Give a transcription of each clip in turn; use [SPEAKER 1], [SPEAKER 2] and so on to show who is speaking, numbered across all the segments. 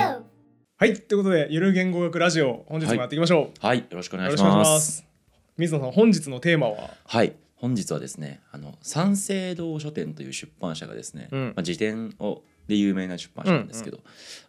[SPEAKER 1] はいということでゆる言語学ラジオ本日もやっていきましょう、
[SPEAKER 2] はい、よろしくお願
[SPEAKER 1] よろ
[SPEAKER 2] いし
[SPEAKER 1] しくお願
[SPEAKER 2] ま
[SPEAKER 1] い
[SPEAKER 2] す。
[SPEAKER 1] します水野さん本日のテーマは
[SPEAKER 2] はい、本日はですね、あの三省堂書店という出版社がですね、
[SPEAKER 1] うん
[SPEAKER 2] まあ辞典をで有名な出版社なんですけど、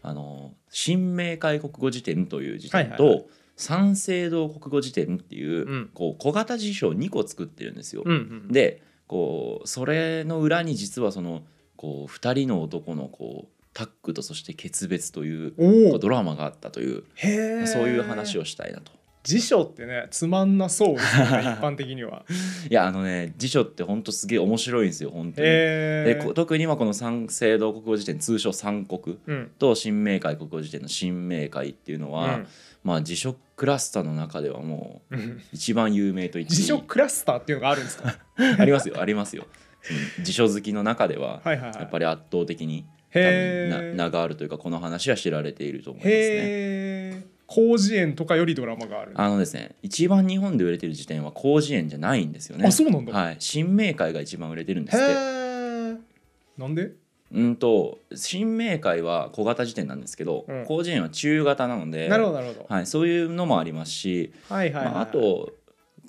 [SPEAKER 2] あの新明解国語辞典という辞典と、
[SPEAKER 1] はいはい
[SPEAKER 2] 三省堂国語辞典っていう、
[SPEAKER 1] うん
[SPEAKER 2] こう小型辞書を2個作ってるんですよ。
[SPEAKER 1] うんうん
[SPEAKER 2] で、こうそれの裏に実はそのこう二人の男のこうタッグとそして決別という
[SPEAKER 1] お
[SPEAKER 2] こ
[SPEAKER 1] お
[SPEAKER 2] うドラマがあったという、
[SPEAKER 1] へえ
[SPEAKER 2] そういう話をしたいなと。
[SPEAKER 1] 辞書ってねつまんなそうですよ ね一般的にはい
[SPEAKER 2] やあのね辞書ってほんとすげえ面白いんですよ本当に。で
[SPEAKER 1] へえ
[SPEAKER 2] こ特に今この三省堂国語辞典通称三国
[SPEAKER 1] うん
[SPEAKER 2] と新明解国語辞典の新明解っていうの
[SPEAKER 1] う
[SPEAKER 2] は、
[SPEAKER 1] ん
[SPEAKER 2] まあ辞書クラスターの中ではもう
[SPEAKER 1] うん
[SPEAKER 2] 一番有名と言っていい
[SPEAKER 1] 辞書クラスターっていうのがあるん ですか
[SPEAKER 2] ありますよありますよ。その辞書好きの中では、
[SPEAKER 1] はいはいはい
[SPEAKER 2] やっぱり圧倒的に多
[SPEAKER 1] へ
[SPEAKER 2] 分な
[SPEAKER 1] え
[SPEAKER 2] 名があるというかこの話は知られていると思いますね。
[SPEAKER 1] へえ広辞苑とかよりドラマがある
[SPEAKER 2] あのですね一番日本で売れてる辞典は広辞苑じゃないんですよね。
[SPEAKER 1] あそうなんだ
[SPEAKER 2] はい、新明解が一番売れてるんですって。
[SPEAKER 1] へえなんで
[SPEAKER 2] うんと新明解は小型辞典なんですけど、
[SPEAKER 1] うん
[SPEAKER 2] 広辞苑は中型なので
[SPEAKER 1] なるほどなるほど
[SPEAKER 2] はい、そういうのもありますし、
[SPEAKER 1] はいはいはい
[SPEAKER 2] まあ、あと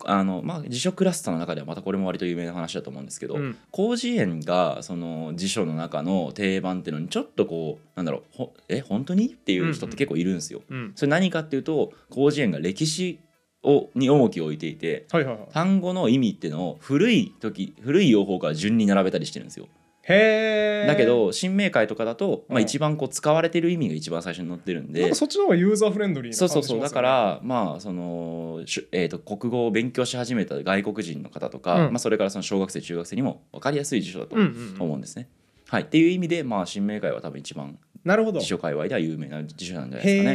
[SPEAKER 2] あの、まあ、辞書クラスターの中ではまたこれも割と有名な話だと思うんですけど、
[SPEAKER 1] うん
[SPEAKER 2] 広辞苑がその辞書の中の定番っていうのにちょっとこうなんだろうほえ本当にっていう人って結構いるんですよ。
[SPEAKER 1] うん
[SPEAKER 2] それ何かっていうと広辞苑が歴史をに重きを置いていて
[SPEAKER 1] はいはいはい
[SPEAKER 2] 単語の意味っていうのを古い時古い用法から順に並べたりしてるんですよ。
[SPEAKER 1] へえ
[SPEAKER 2] だけど新明解とかだと、ま
[SPEAKER 1] う
[SPEAKER 2] あ、
[SPEAKER 1] ん
[SPEAKER 2] 一番こう使われてる意味が一番最初に載ってるん
[SPEAKER 1] なん
[SPEAKER 2] で
[SPEAKER 1] か。そっちの方がユーザーフレンドリーな
[SPEAKER 2] そ
[SPEAKER 1] 感
[SPEAKER 2] う
[SPEAKER 1] じ
[SPEAKER 2] そうそう
[SPEAKER 1] しま
[SPEAKER 2] だ
[SPEAKER 1] すよね
[SPEAKER 2] からまあその、しゅえー、と国語を勉強し始めた外国人の方とか、
[SPEAKER 1] うん
[SPEAKER 2] まあ、それからその小学生中学生にも分かりやすい辞書だと
[SPEAKER 1] うんうんうん
[SPEAKER 2] 思うんですね。はい、っていう意味で、まあ、新明解は多分一番
[SPEAKER 1] なるほど
[SPEAKER 2] 辞書界隈では有名な辞書なんじゃないですか
[SPEAKER 1] へ
[SPEAKER 2] ね。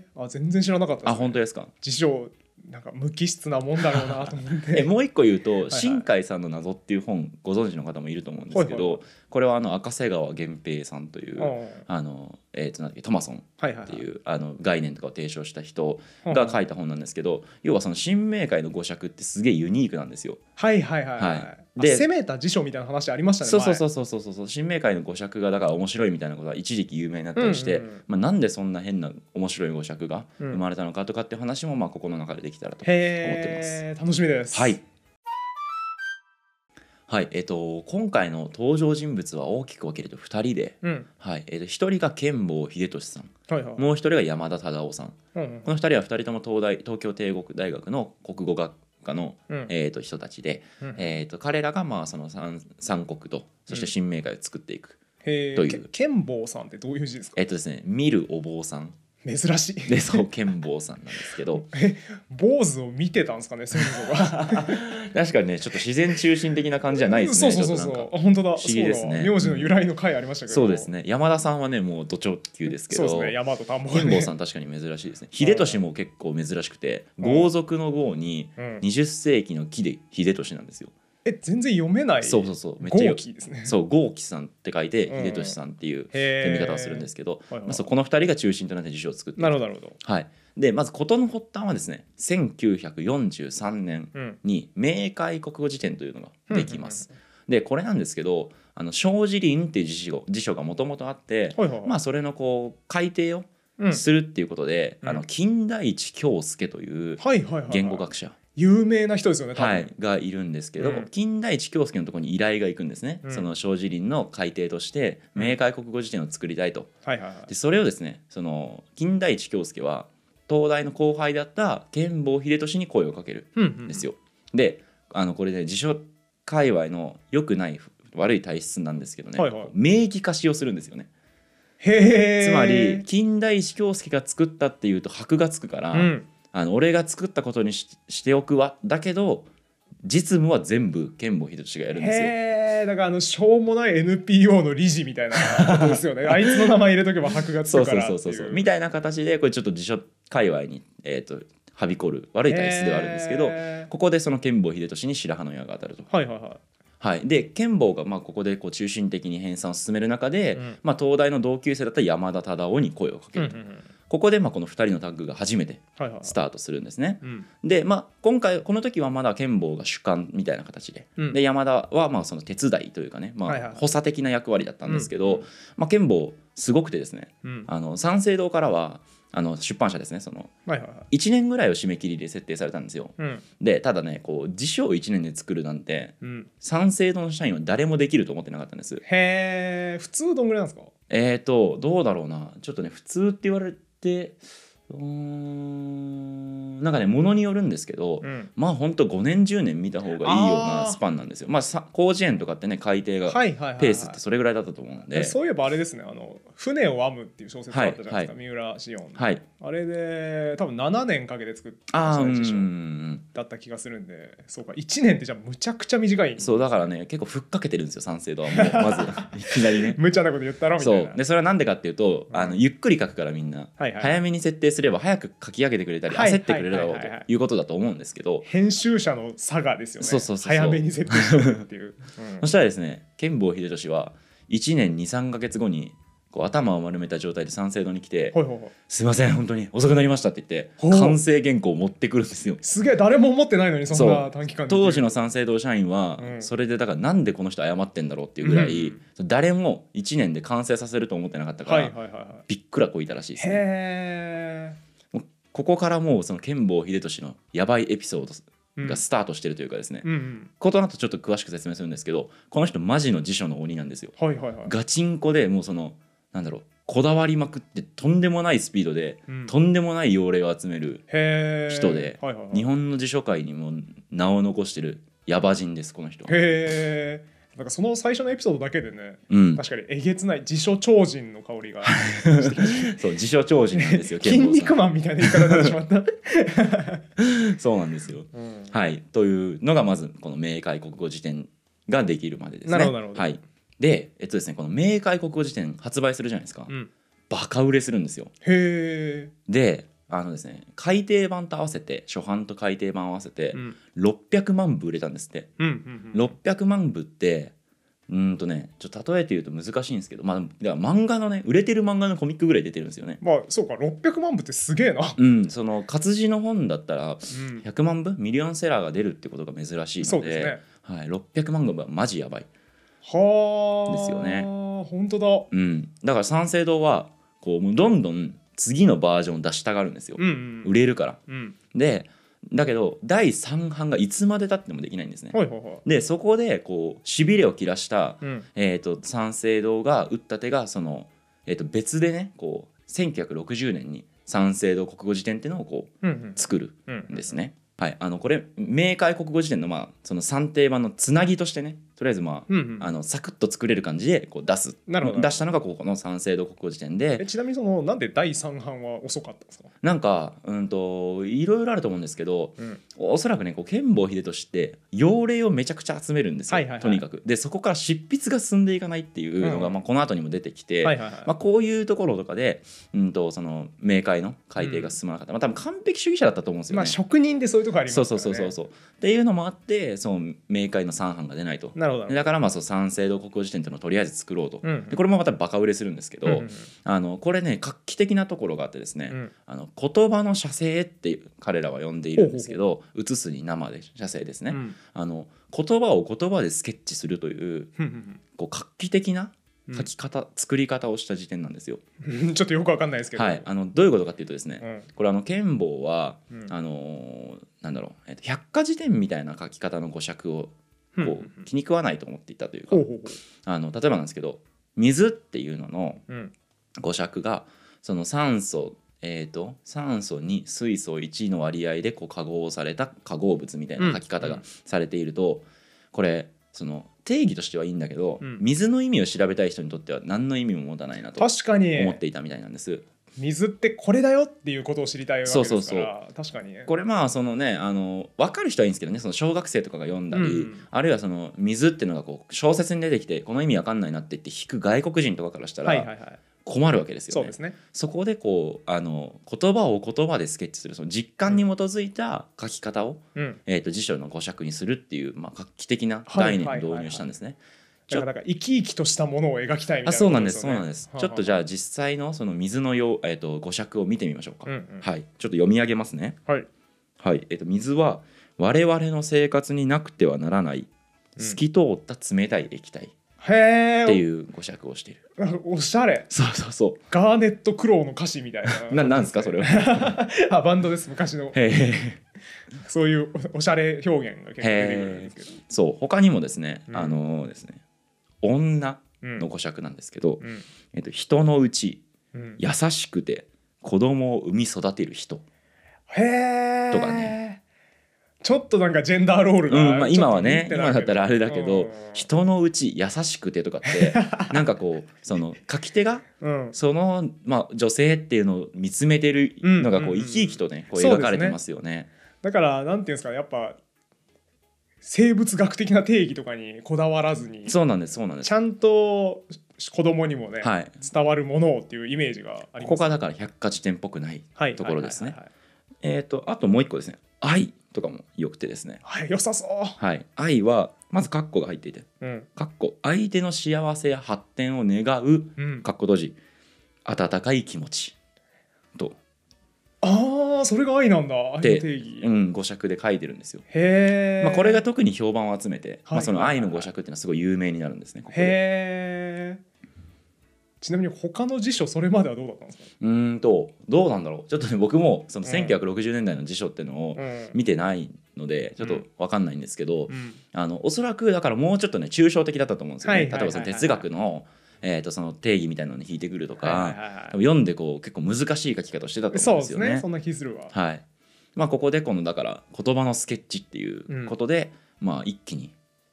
[SPEAKER 1] えあ全然知らなかったです
[SPEAKER 2] あ本当ですか
[SPEAKER 1] 辞書なんか無機質なもんだろうなと思って
[SPEAKER 2] え もう一個言うと「
[SPEAKER 1] い
[SPEAKER 2] 新海さんの謎」っていう本ご存知の方もいると思うんですけど、
[SPEAKER 1] はいは
[SPEAKER 2] これはあの赤瀬川源平さんという、
[SPEAKER 1] うんはい
[SPEAKER 2] あのえー、となんだっけトマソン
[SPEAKER 1] はいは
[SPEAKER 2] っ
[SPEAKER 1] い
[SPEAKER 2] ていうあの概念とかを提唱した人
[SPEAKER 1] うん
[SPEAKER 2] が書いた本なんですけど要はその新明解の語尺ってすげえユニークなんですよ。
[SPEAKER 1] はいはいはいは
[SPEAKER 2] はいい
[SPEAKER 1] あ
[SPEAKER 2] で
[SPEAKER 1] 攻めた辞書みたいな話ありましたね
[SPEAKER 2] そうそう
[SPEAKER 1] う
[SPEAKER 2] そうそうそうそう新明解の語尺がだから面白いみたいなことは一時期有名になったりして、
[SPEAKER 1] うんうんうん
[SPEAKER 2] まあ、なんでそんな変な面白い語尺が
[SPEAKER 1] うん
[SPEAKER 2] 生まれたのかとかっていう話もまあここの中でできたらと。思ってま
[SPEAKER 1] へえ楽しみです
[SPEAKER 2] はいはいえっと、今回の登場人物は大きく分けると2人で、
[SPEAKER 1] うん
[SPEAKER 2] はいえっと、1人が剣坊秀俊さん
[SPEAKER 1] はいはい
[SPEAKER 2] もう1人が山田忠夫さん
[SPEAKER 1] うんうん
[SPEAKER 2] この2人は2人とも東大東京帝国大学の国語学科の、
[SPEAKER 1] うん
[SPEAKER 2] えー、と人たちで、
[SPEAKER 1] うん
[SPEAKER 2] えー、と彼らがまあその三三国とそして新明解を作っていく、
[SPEAKER 1] へえ
[SPEAKER 2] という
[SPEAKER 1] け剣坊さんってどういう字ですか
[SPEAKER 2] えっ、とですね見るお坊さん
[SPEAKER 1] 珍しい
[SPEAKER 2] でそう剣坊さんなんですけど
[SPEAKER 1] 坊主を見てたんですかね先祖が
[SPEAKER 2] 確かにねちょっと自然中心的な感じじゃないですね
[SPEAKER 1] そうそうそう
[SPEAKER 2] ち
[SPEAKER 1] そ
[SPEAKER 2] ょっ
[SPEAKER 1] う
[SPEAKER 2] と
[SPEAKER 1] あ本当だ
[SPEAKER 2] 不思議です
[SPEAKER 1] そう
[SPEAKER 2] ね
[SPEAKER 1] だ名字の由来の回ありました
[SPEAKER 2] なんか
[SPEAKER 1] けど
[SPEAKER 2] そうですね山田さんはねもう土直球ですけ
[SPEAKER 1] そう
[SPEAKER 2] ど
[SPEAKER 1] ですね山と田んぼがね
[SPEAKER 2] 剣坊さん確かに珍しいですね秀俊も結構珍しくて
[SPEAKER 1] うん
[SPEAKER 2] 豪族の豪に
[SPEAKER 1] うん
[SPEAKER 2] 20世紀の木で秀俊なんですよ、
[SPEAKER 1] え全然読めない
[SPEAKER 2] そうそうそうめっちゃ
[SPEAKER 1] 豪
[SPEAKER 2] よ
[SPEAKER 1] 気ですね
[SPEAKER 2] そう豪輝さんって書いて
[SPEAKER 1] うん
[SPEAKER 2] 秀俊さんっていう
[SPEAKER 1] へ
[SPEAKER 2] 読
[SPEAKER 1] ー
[SPEAKER 2] み方をするんですけど、
[SPEAKER 1] はいはい
[SPEAKER 2] まあ、そうこの2人が中心となって辞書を作っていく
[SPEAKER 1] なるほどなるほど
[SPEAKER 2] はい、でまず事の発端はですね1943年
[SPEAKER 1] うん
[SPEAKER 2] に明解国語辞典というのができます。でこれなんですけど「あの小辞林」っていう辞書辞書がもともとあって、
[SPEAKER 1] はいはいはい
[SPEAKER 2] まあ、それのこう改訂を
[SPEAKER 1] うん
[SPEAKER 2] するっていうことで、
[SPEAKER 1] うん
[SPEAKER 2] あの金田一京介という
[SPEAKER 1] はいはいはいはい
[SPEAKER 2] 言語学者、
[SPEAKER 1] 有名な人ですよね多分
[SPEAKER 2] はい、がいるんですけど、
[SPEAKER 1] うん
[SPEAKER 2] 金田一京介のところに依頼が行くんですね、
[SPEAKER 1] うん
[SPEAKER 2] その小辞林の改訂として明解国語辞典を作りたいと。
[SPEAKER 1] はいはいはい
[SPEAKER 2] でそれをですねその金田一京介は東大の後輩だった剣坊秀俊に声をかける
[SPEAKER 1] うん
[SPEAKER 2] ん
[SPEAKER 1] うん
[SPEAKER 2] ですよ。であのこれね辞書界隈の良くない悪い体質なんですけどね、
[SPEAKER 1] はいはい
[SPEAKER 2] 名義化しをするんですよね。
[SPEAKER 1] へえ
[SPEAKER 2] つまり金田一京介が作ったっていうと箔がつくから、
[SPEAKER 1] うん
[SPEAKER 2] あの俺が作ったことにししておくわだけど実務は全部剣坊秀俊がやるんですよ。
[SPEAKER 1] へえだからあのしょうもない NPO の理事みたいなことですよ ねあいつの名前入れとけば箔がつ
[SPEAKER 2] そう
[SPEAKER 1] くか
[SPEAKER 2] そう
[SPEAKER 1] らって
[SPEAKER 2] そ
[SPEAKER 1] いう
[SPEAKER 2] うそうそうみたいな形でこれちょっと辞書界隈に、えー、とはびこる悪い体質ではあるんですけど、
[SPEAKER 1] へー
[SPEAKER 2] ここでその剣坊秀俊に白羽の矢が当たると。
[SPEAKER 1] はいはいは
[SPEAKER 2] はい、で剣坊がまあここでこう中心的に編纂を進める中で、
[SPEAKER 1] うん
[SPEAKER 2] まあ、東大の同級生だった山田忠夫に声をか
[SPEAKER 1] い
[SPEAKER 2] けると、
[SPEAKER 1] うんうんうん
[SPEAKER 2] ここでまあこの2人のタッグが初めて
[SPEAKER 1] はいはい
[SPEAKER 2] スタートするんですね。
[SPEAKER 1] うん
[SPEAKER 2] で、まあ、今回この時はまだ剣坊が主幹みたいな形で,、
[SPEAKER 1] うん
[SPEAKER 2] で山田はまあその手伝いというかね、ま
[SPEAKER 1] はいは
[SPEAKER 2] あ
[SPEAKER 1] い、
[SPEAKER 2] 補佐的な役割だったんですけど、
[SPEAKER 1] うん
[SPEAKER 2] まあ、剣坊すごくてですね
[SPEAKER 1] うん
[SPEAKER 2] あの三省堂からはあの出版社ですねその
[SPEAKER 1] はいはいはい
[SPEAKER 2] 1年ぐらいを締め切りで設定されたんですよ。
[SPEAKER 1] うん
[SPEAKER 2] でただねこう辞書を1年で作るなんて
[SPEAKER 1] うん
[SPEAKER 2] 三省堂の社員は誰もできると思ってなかったんです。
[SPEAKER 1] へえ普通どんぐらいなんですか
[SPEAKER 2] えーとどうだろうなちょっとね普通って言われてうーんなんかねものによるんですけど、
[SPEAKER 1] うん
[SPEAKER 2] まあほんと5年10年見た方がいいような
[SPEAKER 1] あー
[SPEAKER 2] スパンなんですよ。まあさ広辞苑とかってね改定が
[SPEAKER 1] はいはいはいはい
[SPEAKER 2] ペースってそれぐらいだったと思うんで、
[SPEAKER 1] えそういえばあれですね「あの船を編む」っていう小説があったじゃないですか、
[SPEAKER 2] は
[SPEAKER 1] 三浦紫音の、
[SPEAKER 2] はい
[SPEAKER 1] あれで多分7年かけて作った
[SPEAKER 2] あーう
[SPEAKER 1] 小説
[SPEAKER 2] ん
[SPEAKER 1] だった気がするんでそうか1年ってじゃあむちゃくちゃ短い
[SPEAKER 2] そうだからね結構ふっかけてるんですよ賛成度はもう まずいきなりね。
[SPEAKER 1] 無茶なこと言ったろみたい
[SPEAKER 2] そ
[SPEAKER 1] な
[SPEAKER 2] うでそれはなんでかっていうと、
[SPEAKER 1] うん
[SPEAKER 2] あのゆっくり書くからみんな、
[SPEAKER 1] はいはい
[SPEAKER 2] 早めに設定すれば早く書き上げてくれたり、
[SPEAKER 1] はい
[SPEAKER 2] 焦ってくれるだろう
[SPEAKER 1] はいはいは
[SPEAKER 2] と
[SPEAKER 1] いはい
[SPEAKER 2] いうことだと思うんですけど、
[SPEAKER 1] 編集者の差がですよね
[SPEAKER 2] そうそうそうそう
[SPEAKER 1] 早めに設定してるっていう、うん
[SPEAKER 2] そしたらですね剣坊秀俊は1年23か月後にこう頭を丸めた状態で三省堂に来て
[SPEAKER 1] ほいほいほい
[SPEAKER 2] 「すいません本当に遅くなりました」って言って
[SPEAKER 1] ほう
[SPEAKER 2] 完成原稿を持ってくるんですよ。
[SPEAKER 1] すげえ誰も思ってないのにそん
[SPEAKER 2] そ
[SPEAKER 1] な
[SPEAKER 2] う
[SPEAKER 1] 短期間で
[SPEAKER 2] 当時の三省堂社員は
[SPEAKER 1] うん
[SPEAKER 2] それでだからなんでこの人謝ってんだろうっていうぐらい誰も1年で完成させると思ってなかったか
[SPEAKER 1] はいはい
[SPEAKER 2] ら
[SPEAKER 1] はいは
[SPEAKER 2] びっくらこいたらしい
[SPEAKER 1] い
[SPEAKER 2] ですね。
[SPEAKER 1] へ
[SPEAKER 2] もうここからもうその剣坊秀俊のやばいエピソー
[SPEAKER 1] え
[SPEAKER 2] ドがスタートしてるというかですね
[SPEAKER 1] うんうん
[SPEAKER 2] ことなとちょっと詳しく説明するんですけどこの人マジの辞書の鬼なんですよ。
[SPEAKER 1] はいはいはい
[SPEAKER 2] ガチンコでもうそのなんだろうこだわりまくってとんでもないスピードで、
[SPEAKER 1] うん
[SPEAKER 2] とんでもない用例を集める
[SPEAKER 1] へえ
[SPEAKER 2] 人で
[SPEAKER 1] はいはいはい
[SPEAKER 2] 日本の辞書界にも名を残してるヤバ人ですこの人は。
[SPEAKER 1] へえんかその最初のエピソードだけでね
[SPEAKER 2] うん、
[SPEAKER 1] 確かにえげつない自称超人の香りが
[SPEAKER 2] そう自称超人なんで すよ
[SPEAKER 1] 筋
[SPEAKER 2] 健吾さ
[SPEAKER 1] 肉
[SPEAKER 2] ん
[SPEAKER 1] マンみたいな言い方になってしま った、
[SPEAKER 2] そうなんですよ。
[SPEAKER 1] うん
[SPEAKER 2] はいというのがまずこの明解国語辞典ができるまでです
[SPEAKER 1] な
[SPEAKER 2] ね。
[SPEAKER 1] るほどなるほど
[SPEAKER 2] はい、でえっとですねこの明解国語辞典発売するじゃないですか、
[SPEAKER 1] うん
[SPEAKER 2] バカ売れするんですよ。
[SPEAKER 1] へ
[SPEAKER 2] であのですね改訂版と合わせて初版と改訂版合わせ
[SPEAKER 1] え、
[SPEAKER 2] て
[SPEAKER 1] うん
[SPEAKER 2] 600万部売れたんですって。
[SPEAKER 1] うんうんうん
[SPEAKER 2] 600万部ってうーんとねちょっと例えて言うと難しいんですけど、まあ、だから漫画のね売れてる漫画のコミックぐらい出てるんですよね。
[SPEAKER 1] まあそうか600万部ってすげえな、
[SPEAKER 2] うん、その活字の本だった
[SPEAKER 1] う
[SPEAKER 2] ら
[SPEAKER 1] ん
[SPEAKER 2] 100万部ミリオンセラーが出るってことが珍しい
[SPEAKER 1] そ
[SPEAKER 2] の
[SPEAKER 1] う
[SPEAKER 2] で
[SPEAKER 1] ですね
[SPEAKER 2] はい、600万部はマジやばい、
[SPEAKER 1] はあ
[SPEAKER 2] ですよね
[SPEAKER 1] 本当だ
[SPEAKER 2] うん、だから三省堂はこうもうどんどん次のバージョンを出したがるんですよ、
[SPEAKER 1] うんうん
[SPEAKER 2] 売れるから
[SPEAKER 1] うん
[SPEAKER 2] でだけど第3版がいつまでたってもできないんですね、
[SPEAKER 1] はいはいはい
[SPEAKER 2] でそこでこうしびれを切らした
[SPEAKER 1] うん
[SPEAKER 2] えー、と三省堂が打った手がその、えー、と別でねこう1960年に三省堂国語辞典っていうのをこう
[SPEAKER 1] うんうん
[SPEAKER 2] 作る
[SPEAKER 1] うん
[SPEAKER 2] んですね。はい、あのこれ明解国語辞典の,、まあその算定版のつなぎとしてねとりあえず、まあ
[SPEAKER 1] うんうん
[SPEAKER 2] あのサクッと作れる感じでこう出す
[SPEAKER 1] なるほど
[SPEAKER 2] 出したのがここの三省堂国語辞典
[SPEAKER 1] え
[SPEAKER 2] で
[SPEAKER 1] ちなみにそのなんで第3版は遅かったんですか、
[SPEAKER 2] なんかうんといろいろあると思うんですけど
[SPEAKER 1] うん、
[SPEAKER 2] おそらくねこう剣坊秀俊って用例をめちゃくちゃ集めるんですよ、
[SPEAKER 1] はいはいはい
[SPEAKER 2] とにかく。でそこから執筆が進んでいかないっていうのが、
[SPEAKER 1] うん
[SPEAKER 2] まあ、この後にも出てきて、
[SPEAKER 1] はいはいはい、
[SPEAKER 2] まあ、こういうところとかで、うん、とその明快の改定が進まなかった、まあ、多分完璧主義者だったと思うんですよね。
[SPEAKER 1] まあ職人でそういうとこあります
[SPEAKER 2] そ
[SPEAKER 1] か
[SPEAKER 2] う
[SPEAKER 1] ら、ね、
[SPEAKER 2] そうそうそうそうっていうのもあってその明快の3版が出ないと
[SPEAKER 1] なるほどな
[SPEAKER 2] で
[SPEAKER 1] る
[SPEAKER 2] だからまあそう三省堂国語辞典っていうのをとりあえず作ろうと、
[SPEAKER 1] ほどうん
[SPEAKER 2] でこれもまたバカ売れするんですけど、
[SPEAKER 1] うんうん
[SPEAKER 2] あのこれね画期的なところがあってですね、
[SPEAKER 1] うん
[SPEAKER 2] あの言葉の写生って彼らは呼んでいるんですけど写すに生で写生ですね、
[SPEAKER 1] うん
[SPEAKER 2] あの言葉を言葉でスケッチするという
[SPEAKER 1] うんうん
[SPEAKER 2] こう画期的な
[SPEAKER 1] うん
[SPEAKER 2] 書き方、作り方をした辞典なんですよ。
[SPEAKER 1] うんちょっとよくわかんないですけど、
[SPEAKER 2] はい、あのどういうことかっていうとですね、
[SPEAKER 1] うん
[SPEAKER 2] これあの剣坊は、
[SPEAKER 1] うん
[SPEAKER 2] あのーなんだろう、えっと、百科事典みたいな書き方の語尺を
[SPEAKER 1] うんうん
[SPEAKER 2] こう気に食わないと思っていたというか、
[SPEAKER 1] ほうほうほ
[SPEAKER 2] あの例えばなんですけど「水」っていうのの
[SPEAKER 1] う、うん、
[SPEAKER 2] 語尺がその酸素えー、と酸素に水素1の割合でこう化合された化合物みたいな書き方
[SPEAKER 1] うん
[SPEAKER 2] が
[SPEAKER 1] うん
[SPEAKER 2] されていると、これその定義としてはいいんだけど、
[SPEAKER 1] うん
[SPEAKER 2] 水の意味を調べたい人にとっては何の意味も持たないなと
[SPEAKER 1] 確かに
[SPEAKER 2] 思っていたみたいなんです。
[SPEAKER 1] 水ってこれだよっていうことを知りたいわけですから
[SPEAKER 2] そうそうそう
[SPEAKER 1] 確かにね
[SPEAKER 2] これまあそのねあの分かる人はいいんですけどねその小学生とかが読んだり、
[SPEAKER 1] うん
[SPEAKER 2] あるいはその水っていうのがこう小説に出てきてこの意味わかんないなって言って引く外国人とかからした
[SPEAKER 1] はいはいは
[SPEAKER 2] ら
[SPEAKER 1] い、
[SPEAKER 2] 困るわけですよ
[SPEAKER 1] そう
[SPEAKER 2] ね。
[SPEAKER 1] ですね
[SPEAKER 2] そこでこうあの言葉を言葉でスケッチするその実感に基づいた書き方を、
[SPEAKER 1] うん
[SPEAKER 2] えー、と辞書の語釈にするっていう、まあ、画期的な
[SPEAKER 1] はい
[SPEAKER 2] 概念を導入したんですね。
[SPEAKER 1] だからなんか生き生きとしたものを描きたいみたいな
[SPEAKER 2] あそうなんですそうなん
[SPEAKER 1] で
[SPEAKER 2] です、
[SPEAKER 1] はあはあ
[SPEAKER 2] ちょっとじゃあ実際のその水のよう、えっと語尺を見てみましょうか、
[SPEAKER 1] うんうん
[SPEAKER 2] はいちょっと読み上げますね
[SPEAKER 1] すよね
[SPEAKER 2] はい、えっと水は我々の生活になくてはならない
[SPEAKER 1] うん
[SPEAKER 2] 透き通った冷たい液体
[SPEAKER 1] はいへえ
[SPEAKER 2] っていう語尺をしてい る、
[SPEAKER 1] なんかおしゃれ
[SPEAKER 2] そうそうそ
[SPEAKER 1] ガーネット・クロウの歌詞みたいうな
[SPEAKER 2] ななんですか それは
[SPEAKER 1] あバンドです昔の
[SPEAKER 2] へえ
[SPEAKER 1] そういうおおしゃれ表現が結構出てくるんですけど、
[SPEAKER 2] そう他にもですね、
[SPEAKER 1] うん
[SPEAKER 2] あのですね女
[SPEAKER 1] うん
[SPEAKER 2] の語尺なんですけど、
[SPEAKER 1] うん
[SPEAKER 2] えっと、人のうち
[SPEAKER 1] うん、
[SPEAKER 2] 優しくて子供を産み育てる人、
[SPEAKER 1] へえ
[SPEAKER 2] とか
[SPEAKER 1] ねちょっとなんかジェンダーロールが、
[SPEAKER 2] うんまあ、今はね
[SPEAKER 1] ちょと
[SPEAKER 2] 今だったらあれだけ
[SPEAKER 1] う
[SPEAKER 2] ど、
[SPEAKER 1] ん
[SPEAKER 2] 人のうち優しくてとかって なんかこうその書き手が
[SPEAKER 1] うん、
[SPEAKER 2] その、まあ、女性っていうのを見つめてるのがこ
[SPEAKER 1] うん
[SPEAKER 2] う
[SPEAKER 1] うんうん
[SPEAKER 2] 生き生きとねこう
[SPEAKER 1] そうですね
[SPEAKER 2] 描かれてますよね。
[SPEAKER 1] だからなんていうんですかねやっぱ生物学的な定義とかにこだわらずに
[SPEAKER 2] そうなんですそうなんで
[SPEAKER 1] ち
[SPEAKER 2] す。
[SPEAKER 1] ゃんと子供にもね、
[SPEAKER 2] はい、
[SPEAKER 1] 伝わるものをっていうイメージがあり
[SPEAKER 2] こ
[SPEAKER 1] ます
[SPEAKER 2] こがだから百科事典っぽくない。
[SPEAKER 1] はい
[SPEAKER 2] ところですね
[SPEAKER 1] はいはい
[SPEAKER 2] えー、とあともう一個ですね「愛」とかもよくてですね。
[SPEAKER 1] はいはい良さそう、
[SPEAKER 2] はい、愛はまず括弧が入っていて
[SPEAKER 1] うん
[SPEAKER 2] 括弧相手の幸せや発展を願う
[SPEAKER 1] うん、
[SPEAKER 2] 括弧閉じ温かい気持ちと、
[SPEAKER 1] ああそれが愛なんだ愛の
[SPEAKER 2] で
[SPEAKER 1] 定義、
[SPEAKER 2] うん、語尺で書いてるんですよ。
[SPEAKER 1] へえ、
[SPEAKER 2] まあ、これが特に評判を集めて、
[SPEAKER 1] はい
[SPEAKER 2] まあ、その愛の語尺っていうのはすごい有名になるんですね。ここで
[SPEAKER 1] へえちなみに他の辞書それまではどうだったんですか、
[SPEAKER 2] うーんとどうなんだろうちょっとね僕もその
[SPEAKER 1] うん
[SPEAKER 2] 1960年代の辞書っていうのを
[SPEAKER 1] うん
[SPEAKER 2] 見てないのでちょっと分かんないんですけど、
[SPEAKER 1] うん
[SPEAKER 2] あのおそらくだからもうちょっとね抽象的だったと思うんですよね、
[SPEAKER 1] はいはいはいはい
[SPEAKER 2] 例えばその哲学の,、えー、とその定義みたいなのに引いてくるとか、
[SPEAKER 1] はいはいはい
[SPEAKER 2] 多分読んでこう結構難しい書き方をしてたと
[SPEAKER 1] そ
[SPEAKER 2] 思
[SPEAKER 1] う
[SPEAKER 2] う
[SPEAKER 1] で
[SPEAKER 2] んです
[SPEAKER 1] す
[SPEAKER 2] よ
[SPEAKER 1] ね
[SPEAKER 2] ね。
[SPEAKER 1] そんな気するわ、
[SPEAKER 2] はいまあ、ここでこのだから言葉のスケッチっていうことで、まあ、一気に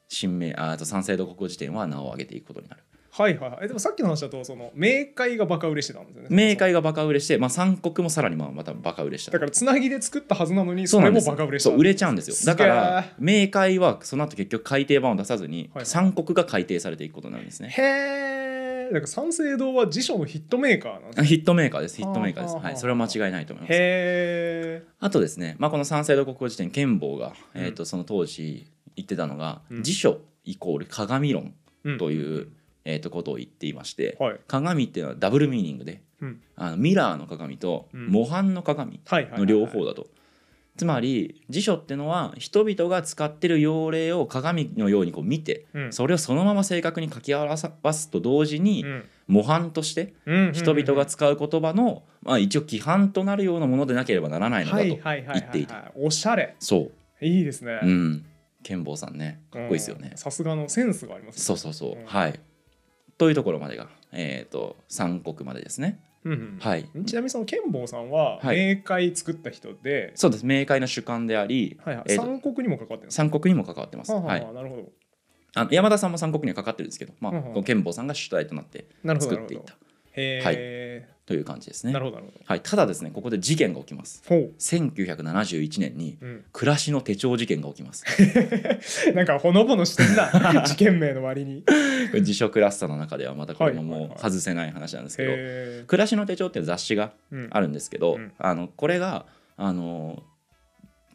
[SPEAKER 2] 新名ああと三省堂国語辞典は名を上げていくことになる。
[SPEAKER 1] はいはいはいえでもさっきの話だとその明快がバカ売れしてたんですよね
[SPEAKER 2] 明快がバカ売れして、まあ、三国もさらにまあまたバカ売れした
[SPEAKER 1] だ。からつなぎで作ったはずなのに
[SPEAKER 2] そ
[SPEAKER 1] そうれ
[SPEAKER 2] なんで
[SPEAKER 1] も
[SPEAKER 2] す
[SPEAKER 1] バカ売れした
[SPEAKER 2] そう売れちゃうんですよだから
[SPEAKER 1] す
[SPEAKER 2] 明快はその後結局改訂版を出さずに、
[SPEAKER 1] はいはい
[SPEAKER 2] 三国が改訂されていくことになるんですね
[SPEAKER 1] げえへえだから三省堂は辞書のヒットメーカーなんです
[SPEAKER 2] あ
[SPEAKER 1] ね
[SPEAKER 2] ヒットメーカーですヒットメーカーで
[SPEAKER 1] はあ
[SPEAKER 2] す
[SPEAKER 1] はあ
[SPEAKER 2] は
[SPEAKER 1] はいあ
[SPEAKER 2] それは間違いないと思います
[SPEAKER 1] へえ
[SPEAKER 2] あとですね、まあ、この三省堂国語辞典剣坊が、
[SPEAKER 1] うん
[SPEAKER 2] えー、とその当時言ってたのが、
[SPEAKER 1] うん
[SPEAKER 2] 辞書イコール鏡論という、
[SPEAKER 1] ん
[SPEAKER 2] えー、とことを言っていまして、
[SPEAKER 1] はい
[SPEAKER 2] 鏡っていうのはダブルミーニングで
[SPEAKER 1] うん
[SPEAKER 2] あのミラーの鏡と
[SPEAKER 1] うん
[SPEAKER 2] 模範の鏡
[SPEAKER 1] はいはいはい
[SPEAKER 2] の両方だと。つまり辞書ってのは人々が使ってる用例を鏡のようにこう見て
[SPEAKER 1] うん
[SPEAKER 2] それをそのまま正確に書き表すと同時に
[SPEAKER 1] うん
[SPEAKER 2] 模範として
[SPEAKER 1] うん
[SPEAKER 2] 人々が使う言葉の、まあ、一応規範となるようなものでなければならないのだ
[SPEAKER 1] は
[SPEAKER 2] と、
[SPEAKER 1] いはいはい
[SPEAKER 2] 言っていた
[SPEAKER 1] はいおしゃれ
[SPEAKER 2] そ
[SPEAKER 1] いいですね
[SPEAKER 2] ううん剣坊さんねかっこいいですよね
[SPEAKER 1] うん、さすがのセンスがありますね
[SPEAKER 2] そうそうそう、
[SPEAKER 1] うん
[SPEAKER 2] はいというところまでがえっ、と三国までですね
[SPEAKER 1] うんうん
[SPEAKER 2] はい
[SPEAKER 1] ちなみにその剣坊さんは
[SPEAKER 2] はい
[SPEAKER 1] 明快作った人で、
[SPEAKER 2] そうです明快な主観であり、
[SPEAKER 1] はいはい
[SPEAKER 2] えーと
[SPEAKER 1] 三国にもかかってるんです
[SPEAKER 2] 三国にも関わってます、
[SPEAKER 1] か、はあ
[SPEAKER 2] は、
[SPEAKER 1] はいあ、なるほど
[SPEAKER 2] あの山田さんも三国にはかかってるんですけど、まあ
[SPEAKER 1] うんうん
[SPEAKER 2] この剣坊さんが主体となって
[SPEAKER 1] なるほど
[SPEAKER 2] 作
[SPEAKER 1] な
[SPEAKER 2] っ
[SPEAKER 1] るほ
[SPEAKER 2] ていっ
[SPEAKER 1] ど
[SPEAKER 2] た
[SPEAKER 1] へ
[SPEAKER 2] という感じです
[SPEAKER 1] え、
[SPEAKER 2] ね、
[SPEAKER 1] なるほどなるほど
[SPEAKER 2] はい、ただですねここで事件が起きます
[SPEAKER 1] ほう
[SPEAKER 2] 1971年に
[SPEAKER 1] うん、
[SPEAKER 2] 暮らしの手帳事件が起きます
[SPEAKER 1] なんかほのぼのしてんな 事件名の割に
[SPEAKER 2] 自書クラスターの中ではまたこれも
[SPEAKER 1] はいはい
[SPEAKER 2] も
[SPEAKER 1] は
[SPEAKER 2] う
[SPEAKER 1] い
[SPEAKER 2] 外せない話なんですけど「
[SPEAKER 1] へえ、
[SPEAKER 2] 暮らしの手帳」っていう雑誌が
[SPEAKER 1] うん、
[SPEAKER 2] あるんですけど、
[SPEAKER 1] うん
[SPEAKER 2] あのこれがあの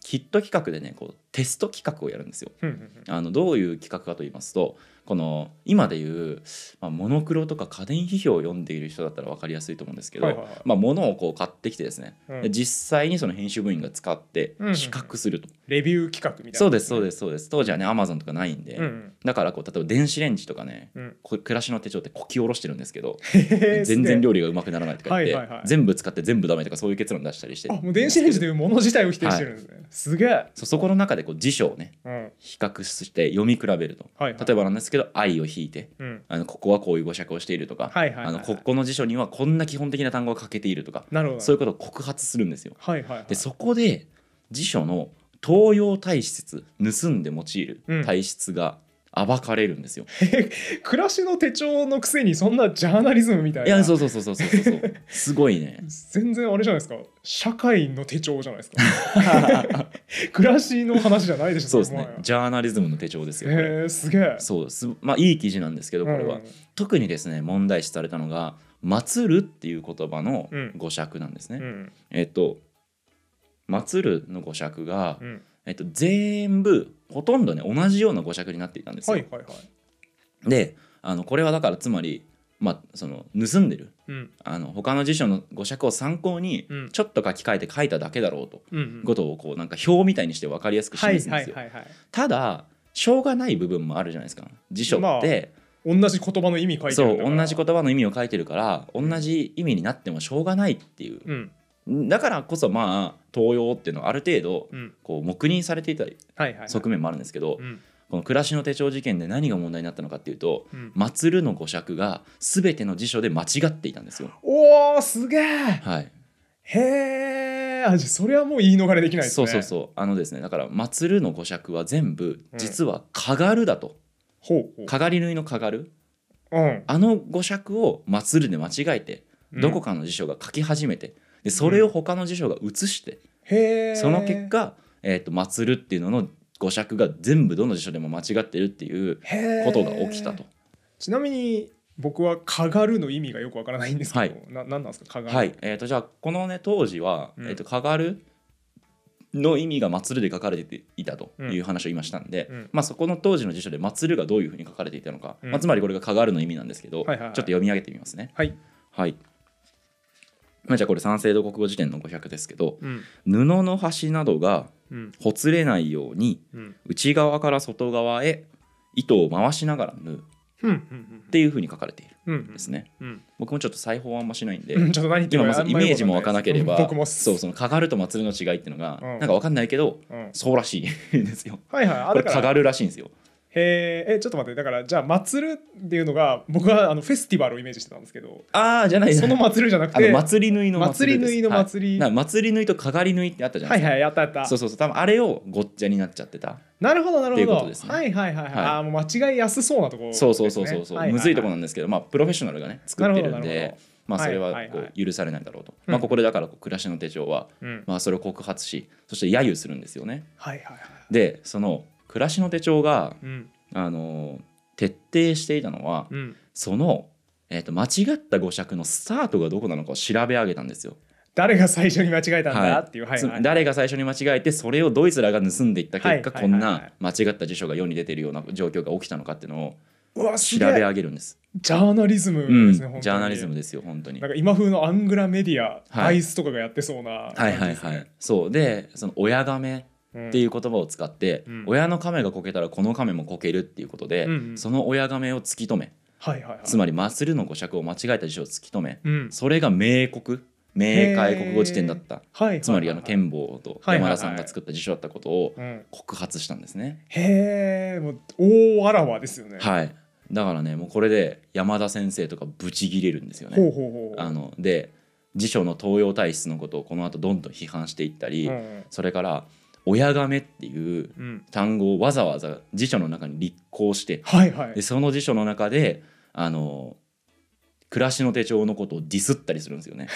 [SPEAKER 2] ヒット企画でねこうテスト企画をやるんですよ。
[SPEAKER 1] うんうん
[SPEAKER 2] あのどういう企画かと言いますとこの今でいう、まあ、モノクロとか家電批評を読んでいる人だったら分かりやすいと思うんですけど、
[SPEAKER 1] はいはいはい
[SPEAKER 2] まあ、物をこう買ってきてですね、
[SPEAKER 1] うん
[SPEAKER 2] で実際にその編集部員が使って
[SPEAKER 1] うんうん
[SPEAKER 2] 比較すると、
[SPEAKER 1] レビュー企画みたいな
[SPEAKER 2] そうですそうですすそうです当時はねアマゾンとかないんで、
[SPEAKER 1] うんうん
[SPEAKER 2] だからこう例えば電子レンジとかね
[SPEAKER 1] うん
[SPEAKER 2] こ暮らしの手帳ってこき下ろしてるんですけど
[SPEAKER 1] へえ
[SPEAKER 2] 全然料理がうまくならないとか言って、
[SPEAKER 1] はいはいはい
[SPEAKER 2] 全部使って全部ダメとかそういう結論出したりして
[SPEAKER 1] あもう電子レンジというもの自体を否定してるんですね、すげえ、
[SPEAKER 2] そうそこの中でこう辞書をね
[SPEAKER 1] うん
[SPEAKER 2] 比較して読み比べると、
[SPEAKER 1] はいはい
[SPEAKER 2] 例えばなんですけど「愛」を引いて
[SPEAKER 1] うん、
[SPEAKER 2] あのここはこういう語釈をしているとか、
[SPEAKER 1] はいはいはいはい
[SPEAKER 2] あのここの辞書にはこんな基本的な単語が欠けているとか
[SPEAKER 1] なるほど
[SPEAKER 2] そういうことを告発するんですよ。
[SPEAKER 1] はいはいはい
[SPEAKER 2] でそこで辞書の東洋体質盗んで用いる体質が暴かれるんですよ。
[SPEAKER 1] 暮らしの手帳のくせにそんなジャーナリズムみたいない
[SPEAKER 2] やそうそうそうそうそうそうそうすごい ね。
[SPEAKER 1] 全然あれじゃないですか社会の手帳じゃないですか 暮らしの話じゃないでしょ
[SPEAKER 2] そうです
[SPEAKER 1] れも
[SPEAKER 2] ね
[SPEAKER 1] はや
[SPEAKER 2] ジャーナリズムの手帳ですよ。これ
[SPEAKER 1] へえすげえ
[SPEAKER 2] そうすまあいい記事なんですけどこれは、
[SPEAKER 1] うん
[SPEAKER 2] 特にですね問題視されたのが「祭る」っていう言葉の
[SPEAKER 1] うん
[SPEAKER 2] 語釈なんですね。
[SPEAKER 1] うん
[SPEAKER 2] えっと「祭る」の語釈が、
[SPEAKER 1] うん
[SPEAKER 2] えっと、全部ほとんどね同じような語釈になっていたんですよ。
[SPEAKER 1] はいはいはい
[SPEAKER 2] であのこれはだからつまり、まあ、その盗んでる
[SPEAKER 1] うん
[SPEAKER 2] あの他の辞書の語釈を参考に
[SPEAKER 1] うん
[SPEAKER 2] ちょっと書き換えて書いただけだろうと、
[SPEAKER 1] うんうん
[SPEAKER 2] ことをこうなんか表みたいにして分かりやすく
[SPEAKER 1] はい
[SPEAKER 2] 示すん
[SPEAKER 1] は
[SPEAKER 2] です
[SPEAKER 1] い
[SPEAKER 2] よ。
[SPEAKER 1] はいはい
[SPEAKER 2] ただしょうがない部分もあるじゃないですか辞書って、
[SPEAKER 1] 同じ言葉の意味書いて
[SPEAKER 2] そ
[SPEAKER 1] る
[SPEAKER 2] うん
[SPEAKER 1] だから
[SPEAKER 2] 同じ言葉の意味を書いてるから同じ意味になってもしょうがないっていう
[SPEAKER 1] うん
[SPEAKER 2] だからこそまあ東洋っていうのはある程度
[SPEAKER 1] うん
[SPEAKER 2] こう黙認されていた
[SPEAKER 1] はいはいはい
[SPEAKER 2] 側面もあるんですけど
[SPEAKER 1] うん
[SPEAKER 2] この「暮らしの手帳事件」で何が問題になったのかっていうと
[SPEAKER 1] うん
[SPEAKER 2] 祭るの語釈が全ての辞書で間違っていたんですよ。
[SPEAKER 1] おーすげえ
[SPEAKER 2] はい、
[SPEAKER 1] へえあじゃあそれはもう言い逃れできないですね
[SPEAKER 2] そうそうそうあのですねだから「祭る」の語釈は全部実は「かがる」だと
[SPEAKER 1] ほう
[SPEAKER 2] 「
[SPEAKER 1] ほ
[SPEAKER 2] かがり縫いのかがる
[SPEAKER 1] ううん」
[SPEAKER 2] あの語釈を「祭る」で間違えて
[SPEAKER 1] うん
[SPEAKER 2] どこかの辞書が書き始めてでそれを他の辞書が写して
[SPEAKER 1] へえ
[SPEAKER 2] その結果「えー、と祭る」っていうのの語釈が全部どの辞書でも間違ってるっていう
[SPEAKER 1] へー
[SPEAKER 2] ことが起きたと。
[SPEAKER 1] ちなみに僕は「かがる」の意味がよくわからないんですけど、
[SPEAKER 2] はい
[SPEAKER 1] ななんなんですか「かがる」
[SPEAKER 2] はいえー、とじゃあこのね当時は「
[SPEAKER 1] うん
[SPEAKER 2] えー、とかがる」の意味が「祭る」で書かれていたという話を今したんで、
[SPEAKER 1] うん
[SPEAKER 2] まあ、そこの当時の辞書で「祭る」がどういうふうに書かれていたのか、
[SPEAKER 1] うん
[SPEAKER 2] まあ、つまりこれが「かがる」の意味なんですけ
[SPEAKER 1] は
[SPEAKER 2] ど、
[SPEAKER 1] いはいはい
[SPEAKER 2] ちょっと読み上げてみますね。
[SPEAKER 1] はい
[SPEAKER 2] はいまあ、じゃあこれ三省堂国語辞典の500ですけど
[SPEAKER 1] うん
[SPEAKER 2] 布の端などが
[SPEAKER 1] うん
[SPEAKER 2] ほつれないように
[SPEAKER 1] うん
[SPEAKER 2] 内側から外側へ糸を回しながら縫う
[SPEAKER 1] うんうん
[SPEAKER 2] っていうふうに書かれている
[SPEAKER 1] うんうん
[SPEAKER 2] んですね。
[SPEAKER 1] うん
[SPEAKER 2] 僕もちょっと裁縫はあんましない んで、
[SPEAKER 1] うんちょっと何言ってる
[SPEAKER 2] 今
[SPEAKER 1] か
[SPEAKER 2] まずイメージもわかなければ、
[SPEAKER 1] あんまよ くわかんないです
[SPEAKER 2] そう
[SPEAKER 1] 僕も
[SPEAKER 2] そのかがると祭るの違いっていうのが、
[SPEAKER 1] うん
[SPEAKER 2] なんかわかんないけど、
[SPEAKER 1] う、ん、
[SPEAKER 2] そうらしい んですよ。
[SPEAKER 1] はいはいあ
[SPEAKER 2] これ
[SPEAKER 1] だか
[SPEAKER 2] からがるらしいんですよ。
[SPEAKER 1] へーえちょっと待ってだからじゃあ祭るっていうのが僕はあのフェスティバルをイメージしてたんですけど
[SPEAKER 2] ああじゃない
[SPEAKER 1] その祭るじゃなく
[SPEAKER 2] あの
[SPEAKER 1] て
[SPEAKER 2] 祭り縫いの
[SPEAKER 1] 祭り縫いの
[SPEAKER 2] です
[SPEAKER 1] 祭り
[SPEAKER 2] はいなんか祭り縫いとかがり縫いってあったじゃな
[SPEAKER 1] はいい
[SPEAKER 2] ですか。
[SPEAKER 1] はいやったやった
[SPEAKER 2] そうそうそう多分あれをごっちゃになっちゃってた。
[SPEAKER 1] なるほどなるほ
[SPEAKER 2] っていうこ
[SPEAKER 1] ど、
[SPEAKER 2] とですね
[SPEAKER 1] はいはいはいはい、
[SPEAKER 2] はい
[SPEAKER 1] あーもう間違いやすそうなところ、
[SPEAKER 2] そうそうそうそうそう、むずいところなんですけど、まあプロフェッショナルがね作ってるん
[SPEAKER 1] なるほどなる
[SPEAKER 2] で
[SPEAKER 1] ほ。
[SPEAKER 2] まあそれ
[SPEAKER 1] は
[SPEAKER 2] はいこ
[SPEAKER 1] は
[SPEAKER 2] う
[SPEAKER 1] い
[SPEAKER 2] 許されないだろうと、
[SPEAKER 1] うん
[SPEAKER 2] まあ、ここでだからこう暮らしの手帳は、
[SPEAKER 1] ろ、うん、
[SPEAKER 2] まあ、それを告発しそして揶揄するんですよね。
[SPEAKER 1] はいはいはい
[SPEAKER 2] でその暮らしの手帳が
[SPEAKER 1] うん
[SPEAKER 2] あの徹底していたのは
[SPEAKER 1] うん
[SPEAKER 2] その、えー、と間違った語釈のスタートがどこなのかを調べ上げたんですよ。
[SPEAKER 1] 誰が最初に間違えたんだ
[SPEAKER 2] はい
[SPEAKER 1] っていう、はい、
[SPEAKER 2] つ
[SPEAKER 1] はいはい
[SPEAKER 2] 誰が最初に間違えてそれをドイツらが盗んでいった結果、
[SPEAKER 1] はい
[SPEAKER 2] こん
[SPEAKER 1] はいはいは
[SPEAKER 2] ない間違った辞書が世に出てるような状況が起きたのかっていうのを
[SPEAKER 1] うわす
[SPEAKER 2] 調
[SPEAKER 1] げ
[SPEAKER 2] べ
[SPEAKER 1] え
[SPEAKER 2] 上げるんです。
[SPEAKER 1] ジャーナリズム
[SPEAKER 2] うん、
[SPEAKER 1] で
[SPEAKER 2] ジ
[SPEAKER 1] すね、
[SPEAKER 2] ャーナリズム
[SPEAKER 1] で
[SPEAKER 2] ですよ本当に。
[SPEAKER 1] なん
[SPEAKER 2] は
[SPEAKER 1] か今風のアングラメディア、
[SPEAKER 2] はい
[SPEAKER 1] アイスとかがやってそうない
[SPEAKER 2] はいはい。そうでその親亀
[SPEAKER 1] っ
[SPEAKER 2] っていう言葉を使って、
[SPEAKER 1] うん
[SPEAKER 2] 親の亀がこけたらこの亀もこけるっていうことで、
[SPEAKER 1] うんうん
[SPEAKER 2] その親亀を突き止め
[SPEAKER 1] はいはいはい
[SPEAKER 2] つまり祭るの語釈を間違えた辞書を突き止め、
[SPEAKER 1] うん
[SPEAKER 2] それが明国明解国語辞典だった
[SPEAKER 1] はいはいはい
[SPEAKER 2] つまりあの剣坊と
[SPEAKER 1] はいはいはい
[SPEAKER 2] 山田さんが作った辞書だったことを
[SPEAKER 1] うん
[SPEAKER 2] 告発したんですね
[SPEAKER 1] へえもう大あらわですよね
[SPEAKER 2] はいだからねもうこれで山田先生とかブチギレるんですよ
[SPEAKER 1] ほう
[SPEAKER 2] ね
[SPEAKER 1] ほうほう
[SPEAKER 2] あので辞書の東洋体質のことをこの後どんどん批判していったり、
[SPEAKER 1] うん
[SPEAKER 2] それから「親亀」っていう
[SPEAKER 1] うん
[SPEAKER 2] 単語をわざわざ辞書の中に立候補して
[SPEAKER 1] はいはい
[SPEAKER 2] でその辞書の中であの暮らしの手帳のことをディスったりするんですよね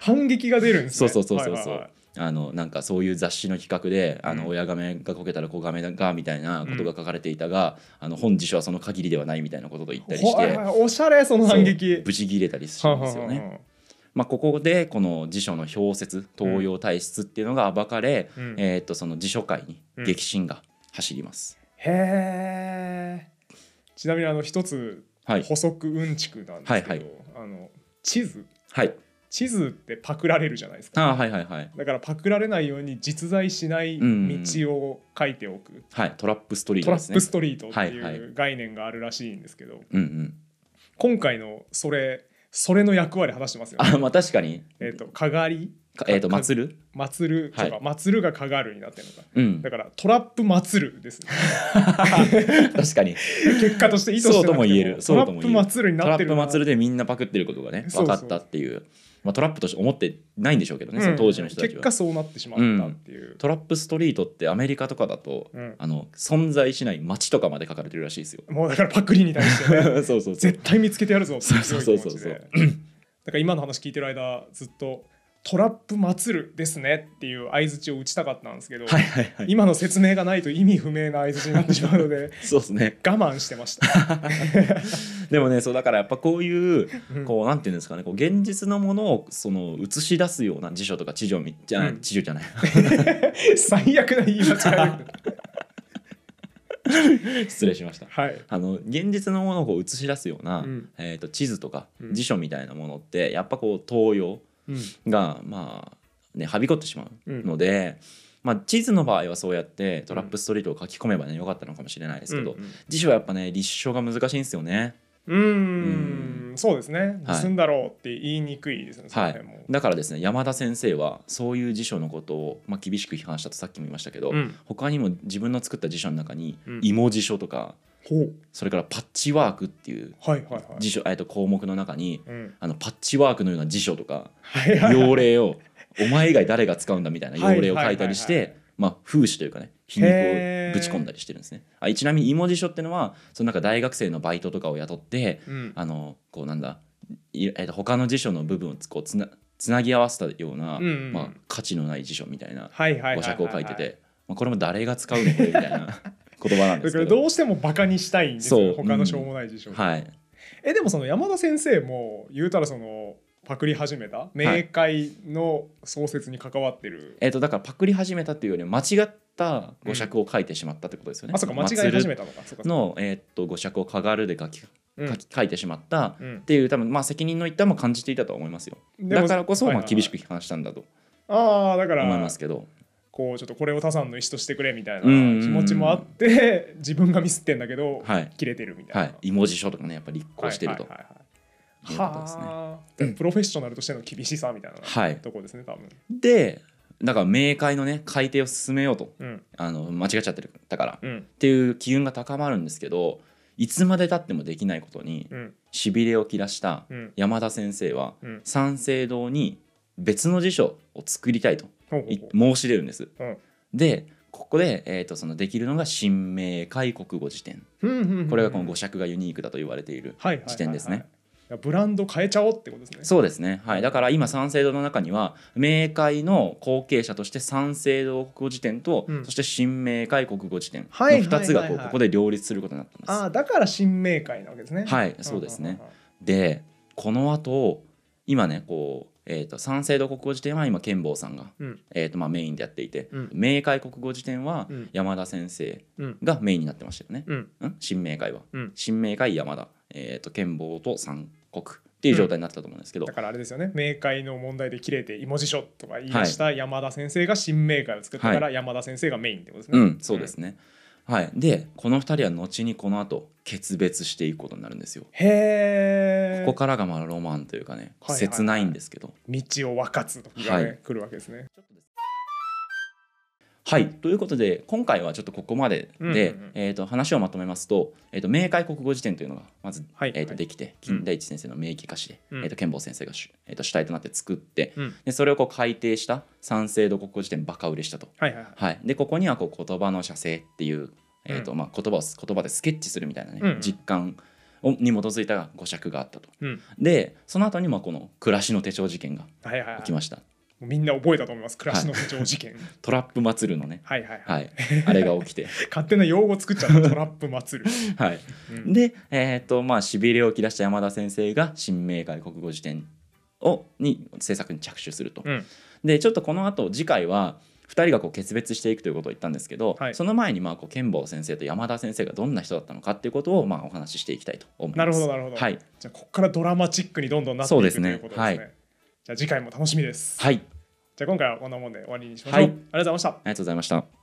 [SPEAKER 1] 反撃が出るんですね
[SPEAKER 2] そうそうそうそう
[SPEAKER 1] はい
[SPEAKER 2] そう
[SPEAKER 1] はいはい
[SPEAKER 2] あのなんかそういう雑誌の企画で「あ
[SPEAKER 1] う
[SPEAKER 2] の
[SPEAKER 1] ん
[SPEAKER 2] 親亀がこけたら子亀が」みたいなことが書かれていたが、あの本辞書はその限りではないみたいなことと言ったりし
[SPEAKER 1] はい
[SPEAKER 2] て
[SPEAKER 1] はいおしゃれその反
[SPEAKER 2] そう
[SPEAKER 1] 撃
[SPEAKER 2] ブチ切れたりす
[SPEAKER 1] は
[SPEAKER 2] る
[SPEAKER 1] あ
[SPEAKER 2] んですよ
[SPEAKER 1] はあ
[SPEAKER 2] ね。
[SPEAKER 1] は
[SPEAKER 2] まあ、ここでこの辞書の表説東洋体質っていうのが暴かれ、
[SPEAKER 1] あうんへ
[SPEAKER 2] えー、とその辞書界に激震が走ります。
[SPEAKER 1] えちなみにあの一つ
[SPEAKER 2] はい、
[SPEAKER 1] 補足うんちくなんですけ
[SPEAKER 2] はいは
[SPEAKER 1] どあの地図
[SPEAKER 2] はい、
[SPEAKER 1] 地図ってパクられるじゃないです
[SPEAKER 2] あー
[SPEAKER 1] か
[SPEAKER 2] はいはいはい
[SPEAKER 1] だからパクられないように実在しない
[SPEAKER 2] うん
[SPEAKER 1] 道を書いておく
[SPEAKER 2] はいトラップストリー
[SPEAKER 1] ト
[SPEAKER 2] ト
[SPEAKER 1] ラ
[SPEAKER 2] で
[SPEAKER 1] ッ
[SPEAKER 2] すね
[SPEAKER 1] プ。ストリートって
[SPEAKER 2] はい
[SPEAKER 1] い
[SPEAKER 2] は
[SPEAKER 1] う概念があるらしいんですけど
[SPEAKER 2] うんうん、
[SPEAKER 1] 今回のそれそれの役割果たしてますよね
[SPEAKER 2] あまあ確かに、
[SPEAKER 1] えっとかがり
[SPEAKER 2] かえー、と祭る、
[SPEAKER 1] 祭ると
[SPEAKER 2] は
[SPEAKER 1] か祭るがかがるになってるのか
[SPEAKER 2] うん
[SPEAKER 1] だ、からトラップ祭るです ね
[SPEAKER 2] 確かに
[SPEAKER 1] 結果として意図してなくて
[SPEAKER 2] そうとも言える
[SPEAKER 1] ト
[SPEAKER 2] そう
[SPEAKER 1] ラ
[SPEAKER 2] と
[SPEAKER 1] ッ
[SPEAKER 2] も言
[SPEAKER 1] プ
[SPEAKER 2] える
[SPEAKER 1] 祭るに
[SPEAKER 2] ト
[SPEAKER 1] な
[SPEAKER 2] ラ
[SPEAKER 1] って
[SPEAKER 2] ッ
[SPEAKER 1] る
[SPEAKER 2] プ
[SPEAKER 1] な
[SPEAKER 2] 祭りでみんなパクってることがね
[SPEAKER 1] そうそう
[SPEAKER 2] 分かったっていうまあ、トラップとして思ってないんでしょうけどね、その当時の人たち
[SPEAKER 1] うん結
[SPEAKER 2] は
[SPEAKER 1] 果そうなってしまったっていう、
[SPEAKER 2] トラップストリートってアメリカとかだと、
[SPEAKER 1] うん
[SPEAKER 2] あの存在しない街とかまで書かれてるらしいです よ
[SPEAKER 1] もうだからパクリに対して ね
[SPEAKER 2] そうそうそう
[SPEAKER 1] 絶対見つけてやるぞってい
[SPEAKER 2] そうう
[SPEAKER 1] 強い
[SPEAKER 2] そうそ
[SPEAKER 1] 気持
[SPEAKER 2] うそう
[SPEAKER 1] ちでだから今の話聞いてる間ずっと「トラップ祭る」ですねっていう相槌を打ちたかったんですけど、
[SPEAKER 2] はいはいはい
[SPEAKER 1] 今の説明がないと意味不明な相槌になってしまうので
[SPEAKER 2] そうですね
[SPEAKER 1] 我慢してました。
[SPEAKER 2] でもねそうだからやっぱこういう
[SPEAKER 1] うん
[SPEAKER 2] こうなんていうんですかねこう現実のものをその映し出すような辞書とか地上みじゃあ
[SPEAKER 1] うん
[SPEAKER 2] 地上じゃない
[SPEAKER 1] 最悪な言い間違いだけど
[SPEAKER 2] 失礼しました
[SPEAKER 1] はい。
[SPEAKER 2] あの現実のものをこう映し出すような、
[SPEAKER 1] うん
[SPEAKER 2] えー、と地図とか
[SPEAKER 1] うん
[SPEAKER 2] 辞書みたいなものってやっぱこう東洋
[SPEAKER 1] うん
[SPEAKER 2] がまあねはびこってしまう
[SPEAKER 1] うん
[SPEAKER 2] ので、まあ、地図の場合はそうやってトラップストリートを書き込めばねよかったのかもしれないですけど、
[SPEAKER 1] うん
[SPEAKER 2] 辞書はやっぱね立証が難しいんですよね
[SPEAKER 1] うん、そうですね。
[SPEAKER 2] はい
[SPEAKER 1] 盗んだろうって言いにくいですね。その辺も
[SPEAKER 2] だからですね山田先生はそういう辞書のことを、まあ、厳しく批判したとさっきも言いましたけど、
[SPEAKER 1] うん
[SPEAKER 2] 他にも自分の作った辞書の中に
[SPEAKER 1] うん
[SPEAKER 2] 芋辞書とか、
[SPEAKER 1] ほう。
[SPEAKER 2] それからパッチワークっていう
[SPEAKER 1] はいはいはい。
[SPEAKER 2] 辞書、えー、と項目の中に
[SPEAKER 1] うん。
[SPEAKER 2] あのパッチワークのような辞書とか
[SPEAKER 1] はいはいはい。
[SPEAKER 2] 用例をお前以外誰が使うんだみたいな用例を書いたりし
[SPEAKER 1] はいはい
[SPEAKER 2] てまあ風刺というかね皮肉をぶち込んだりしてるんですねあちなみに芋辞書ってのはそのなんか大学生のバイトとかを雇って
[SPEAKER 1] うん。
[SPEAKER 2] あのこうなんだいえっと他の辞書の部分をつこうつなつなぎ合わせたような、
[SPEAKER 1] うんうん
[SPEAKER 2] まあ、価値のない辞書みたいな
[SPEAKER 1] はいはいはいはい。
[SPEAKER 2] 語釈を書いてて、まあ、これも誰が使うのこれみ たいな言葉なんで
[SPEAKER 1] だか
[SPEAKER 2] すけ
[SPEAKER 1] ら
[SPEAKER 2] ど
[SPEAKER 1] どうしてもバカにしたいんです
[SPEAKER 2] そうう
[SPEAKER 1] よ
[SPEAKER 2] ん
[SPEAKER 1] 他のしょうもない事象、
[SPEAKER 2] はい
[SPEAKER 1] えでもその山田先生も言うたらそのパクリ始めた明快の創設に関わってる、
[SPEAKER 2] えっとだからパクり始めたっていうより間違った語釈を書いてしまったってことですよね。
[SPEAKER 1] あそうか間違い始めたのかそうか
[SPEAKER 2] の、えーっと語釈をかがるで書き
[SPEAKER 1] うん
[SPEAKER 2] 書き書いてしまった
[SPEAKER 1] う
[SPEAKER 2] っ
[SPEAKER 1] ん
[SPEAKER 2] ていう多分まあ責任の一端も感じていたとは思いますよ
[SPEAKER 1] でも
[SPEAKER 2] だからこそ
[SPEAKER 1] はい
[SPEAKER 2] ま
[SPEAKER 1] はい
[SPEAKER 2] あ
[SPEAKER 1] はい
[SPEAKER 2] 厳しく批判したんだと
[SPEAKER 1] ああだか
[SPEAKER 2] 思い
[SPEAKER 1] ら
[SPEAKER 2] ますけど
[SPEAKER 1] こうちょっとこれを他さんの意思としてくれみたいな気
[SPEAKER 2] うんうん
[SPEAKER 1] 持ちもあって 自分がミスってんだけど、
[SPEAKER 2] はい
[SPEAKER 1] 切れてるみた
[SPEAKER 2] はいい芋辞書とかねやっぱり立
[SPEAKER 1] な
[SPEAKER 2] 候してると
[SPEAKER 1] はいはいはい
[SPEAKER 2] いう
[SPEAKER 1] は
[SPEAKER 2] ことですね
[SPEAKER 1] あ、プロフェッショナルとしての厳しさみたいな、
[SPEAKER 2] はい
[SPEAKER 1] とこですね多分
[SPEAKER 2] でだから明快のね改定を進めようと
[SPEAKER 1] うん
[SPEAKER 2] あの間違っちゃってるだからっ
[SPEAKER 1] うん
[SPEAKER 2] ていう機運が高まるんですけどいつまでたってもできないことに
[SPEAKER 1] うん
[SPEAKER 2] しびれを切らした
[SPEAKER 1] うん
[SPEAKER 2] 山田先生は
[SPEAKER 1] うん
[SPEAKER 2] 三省堂に別の辞書を作りたいと
[SPEAKER 1] ほうほう
[SPEAKER 2] い
[SPEAKER 1] ほう
[SPEAKER 2] 申し出るんです。
[SPEAKER 1] うん
[SPEAKER 2] でここで、えー、とそのできるのが新明解国語辞典
[SPEAKER 1] うんうんうんうん
[SPEAKER 2] これがこの語釈がユニークだと言われている、
[SPEAKER 1] はいはいはいはい
[SPEAKER 2] 時点ですね。
[SPEAKER 1] ブランド変えちゃおうってことですね。
[SPEAKER 2] そうですね、はい、だから今三省堂の中には明解の後継者として三省堂国語辞典と、
[SPEAKER 1] うん
[SPEAKER 2] そして新明解国語辞典の
[SPEAKER 1] はいはいはいは
[SPEAKER 2] 2
[SPEAKER 1] い
[SPEAKER 2] つがこうここで両立することになったんです。
[SPEAKER 1] ああだから新明解なわけですね。
[SPEAKER 2] はい
[SPEAKER 1] んんんん
[SPEAKER 2] そうですね。でこの後今ねこう、えー、と三省堂国語辞典は今剣坊さんが、
[SPEAKER 1] うん
[SPEAKER 2] えーとまあ、メインでやっていて、
[SPEAKER 1] うん
[SPEAKER 2] 明解国語辞典は
[SPEAKER 1] うん
[SPEAKER 2] 山田先生
[SPEAKER 1] うん
[SPEAKER 2] がメインになってましたよね。
[SPEAKER 1] うん
[SPEAKER 2] ん新明会は、
[SPEAKER 1] うん
[SPEAKER 2] 新明会山田、えー、と剣坊と三国っていう状態になってたと思うんですけど、
[SPEAKER 1] だからあれですよね明解の問題で切れて「芋辞書」とか言い出した山田先生が新明解を作ったか
[SPEAKER 2] は
[SPEAKER 1] ら山田先生がメインってことです
[SPEAKER 2] う
[SPEAKER 1] ね。
[SPEAKER 2] んそうですね、はいでこの二人は後にこの後決別していくことになるんですよ
[SPEAKER 1] へえ
[SPEAKER 2] ここからがまあロマンというかね、
[SPEAKER 1] はいはいはい
[SPEAKER 2] 切ないんですけど
[SPEAKER 1] 道を分かつ時がね、
[SPEAKER 2] はい
[SPEAKER 1] 来るわけですね。
[SPEAKER 2] はいということで今回はちょっとここまでで、
[SPEAKER 1] うんうんうん
[SPEAKER 2] えー、と話をまとめますと,、えー、と明解国語辞典というのがまず、
[SPEAKER 1] はい
[SPEAKER 2] えー、と
[SPEAKER 1] はい
[SPEAKER 2] できて
[SPEAKER 1] うん
[SPEAKER 2] 金田一先生の名義化しで、
[SPEAKER 1] うん
[SPEAKER 2] えー、と剣坊先生が主、えー、と主体となって作って、
[SPEAKER 1] うん
[SPEAKER 2] でそれをこう改定した三省堂国語辞典バカ売れしたと。
[SPEAKER 1] はいはいはい。
[SPEAKER 2] はい、でここにはこう言葉の写生っていう、えーと
[SPEAKER 1] う
[SPEAKER 2] まあ、言葉を言葉でスケッチするみたいな、ね
[SPEAKER 1] うんうん
[SPEAKER 2] 実感をに基づいた語釈があったと。
[SPEAKER 1] うん
[SPEAKER 2] でその後にまあこの暮らしの手帳事件が
[SPEAKER 1] はいはいは
[SPEAKER 2] 起
[SPEAKER 1] い、
[SPEAKER 2] き
[SPEAKER 1] も
[SPEAKER 2] ました、
[SPEAKER 1] うみんな覚えたと思います暮らしの不調事件。
[SPEAKER 2] トラップ祭るのね、
[SPEAKER 1] はいはいはい。
[SPEAKER 2] はい、あれが起 きて、
[SPEAKER 1] 勝手な用語作っちゃったトラップ祭 る。
[SPEAKER 2] はい、
[SPEAKER 1] うん
[SPEAKER 2] でえっ、とまあしびれを切らした山田先生が新明解国語辞典をに制作に着手すると。
[SPEAKER 1] うん
[SPEAKER 2] でちょっとこの後次回は2人がこう決別していくということを言ったんですけど、
[SPEAKER 1] はい
[SPEAKER 2] その前にまあこう剣坊先生と山田先生がどんな人だったのかっていうことをまあお話ししていきたいと思いま
[SPEAKER 1] な
[SPEAKER 2] す。
[SPEAKER 1] るほどなるほど。
[SPEAKER 2] はい、
[SPEAKER 1] じゃあここからドラマチックにどんどんなってい
[SPEAKER 2] そう
[SPEAKER 1] く
[SPEAKER 2] です
[SPEAKER 1] と
[SPEAKER 2] ね
[SPEAKER 1] いうことですね。
[SPEAKER 2] は
[SPEAKER 1] じゃあ次回も楽しみです。
[SPEAKER 2] はい、あり
[SPEAKER 1] じゃあ今回はこんなもんで終わりにしましょう。
[SPEAKER 2] はい
[SPEAKER 1] ありがとうございました。
[SPEAKER 2] がとうございました。